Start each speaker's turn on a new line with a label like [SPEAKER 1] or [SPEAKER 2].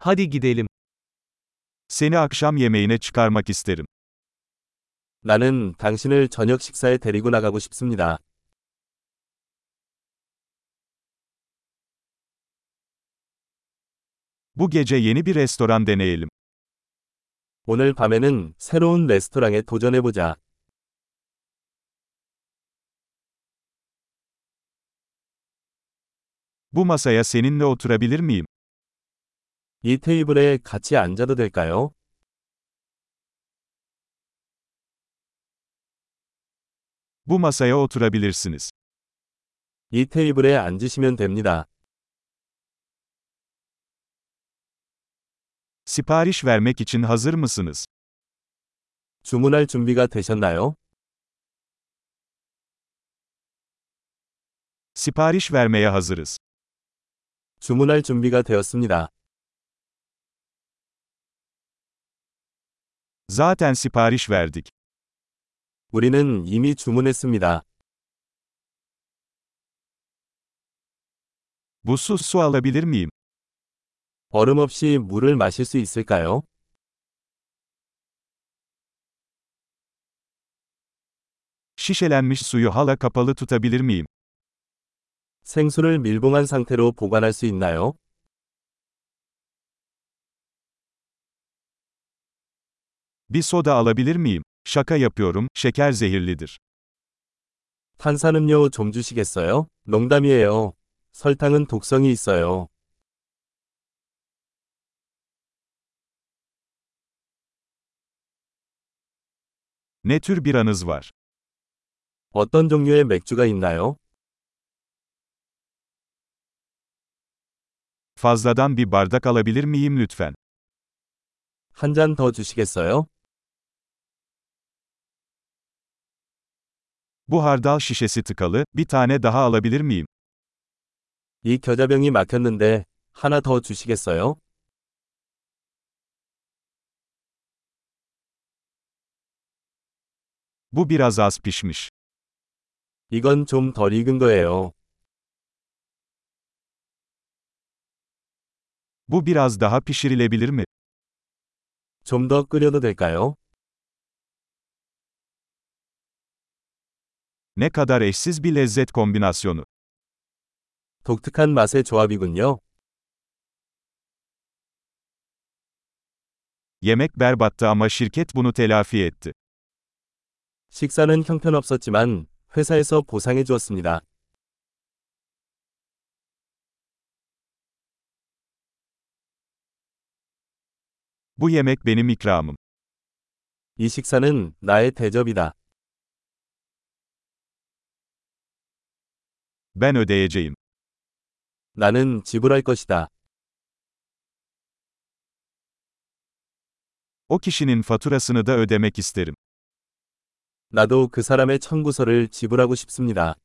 [SPEAKER 1] Hadi gidelim.
[SPEAKER 2] Seni akşam yemeğine çıkarmak isterim.
[SPEAKER 3] 나는 당신을 저녁 식사에 데리고 나가고 싶습니다.
[SPEAKER 2] Bu gece yeni bir restoran deneyelim.
[SPEAKER 3] 오늘 밤에는 새로운 레스토랑에 도전해보자.
[SPEAKER 2] Bu masaya seninle oturabilir miyim?
[SPEAKER 3] 이 테이블에 같이 앉아도 될까요?
[SPEAKER 2] Bu masaya oturabilirsiniz.
[SPEAKER 3] 이 테이블에 앉으시면 됩니다.
[SPEAKER 2] Sipariş vermek için hazır mısınız?
[SPEAKER 3] 주문할 준비가 되셨나요?
[SPEAKER 2] Sipariş vermeye hazırız.
[SPEAKER 3] 주문할 준비가 되었습니다.
[SPEAKER 2] Zaten sipariş verdik.
[SPEAKER 3] 우리는 이미 주문했습니다.
[SPEAKER 2] Buzsuz su alabilir miyim?
[SPEAKER 3] 얼음 없이 물을 마실 수 있을까요?
[SPEAKER 2] Şişelenmiş suyu hala kapalı tutabilir miyim?
[SPEAKER 3] 생수를 밀봉한 상태로 보관할 수 있나요?
[SPEAKER 2] Bir soda alabilir miyim? Şaka yapıyorum, şeker zehirlidir.
[SPEAKER 3] 탄산음료 좀 주시겠어요? 농담이에요. 설탕은 독성이 있어요.
[SPEAKER 2] Ne tür biranız var?
[SPEAKER 3] 어떤 종류의 맥주가 있나요?
[SPEAKER 2] Fazladan bir bardak alabilir miyim lütfen?
[SPEAKER 3] 한 잔 더 주시겠어요?
[SPEAKER 2] Bu hardal şişesi tıkalı, bir tane daha alabilir miyim?
[SPEAKER 3] 이 겨자병이 막혔는데 하나 더 주시겠어요?
[SPEAKER 2] Bu biraz az pişmiş.
[SPEAKER 3] 이건 좀 덜 익은 거예요.
[SPEAKER 2] Bu biraz daha pişirilebilir mi?
[SPEAKER 3] 좀 더 끓여도 될까요?
[SPEAKER 2] Ne kadar eşsiz bir lezzet kombinasyonu.
[SPEAKER 3] 독특한 맛의 조합이군요.
[SPEAKER 2] Yemek berbattı ama şirket bunu telafi etti.
[SPEAKER 3] 식사는 형편없었지만 회사에서 보상해 주었습니다.
[SPEAKER 2] Bu yemek benim ikramım.
[SPEAKER 3] 이 식사는 나의 대접이다.
[SPEAKER 2] Ben ödeyeceğim.
[SPEAKER 3] 나는 지불할 것이다.
[SPEAKER 2] O kişinin faturasını da ödemek isterim.
[SPEAKER 3] 나도 그 사람의 청구서를 지불하고 싶습니다.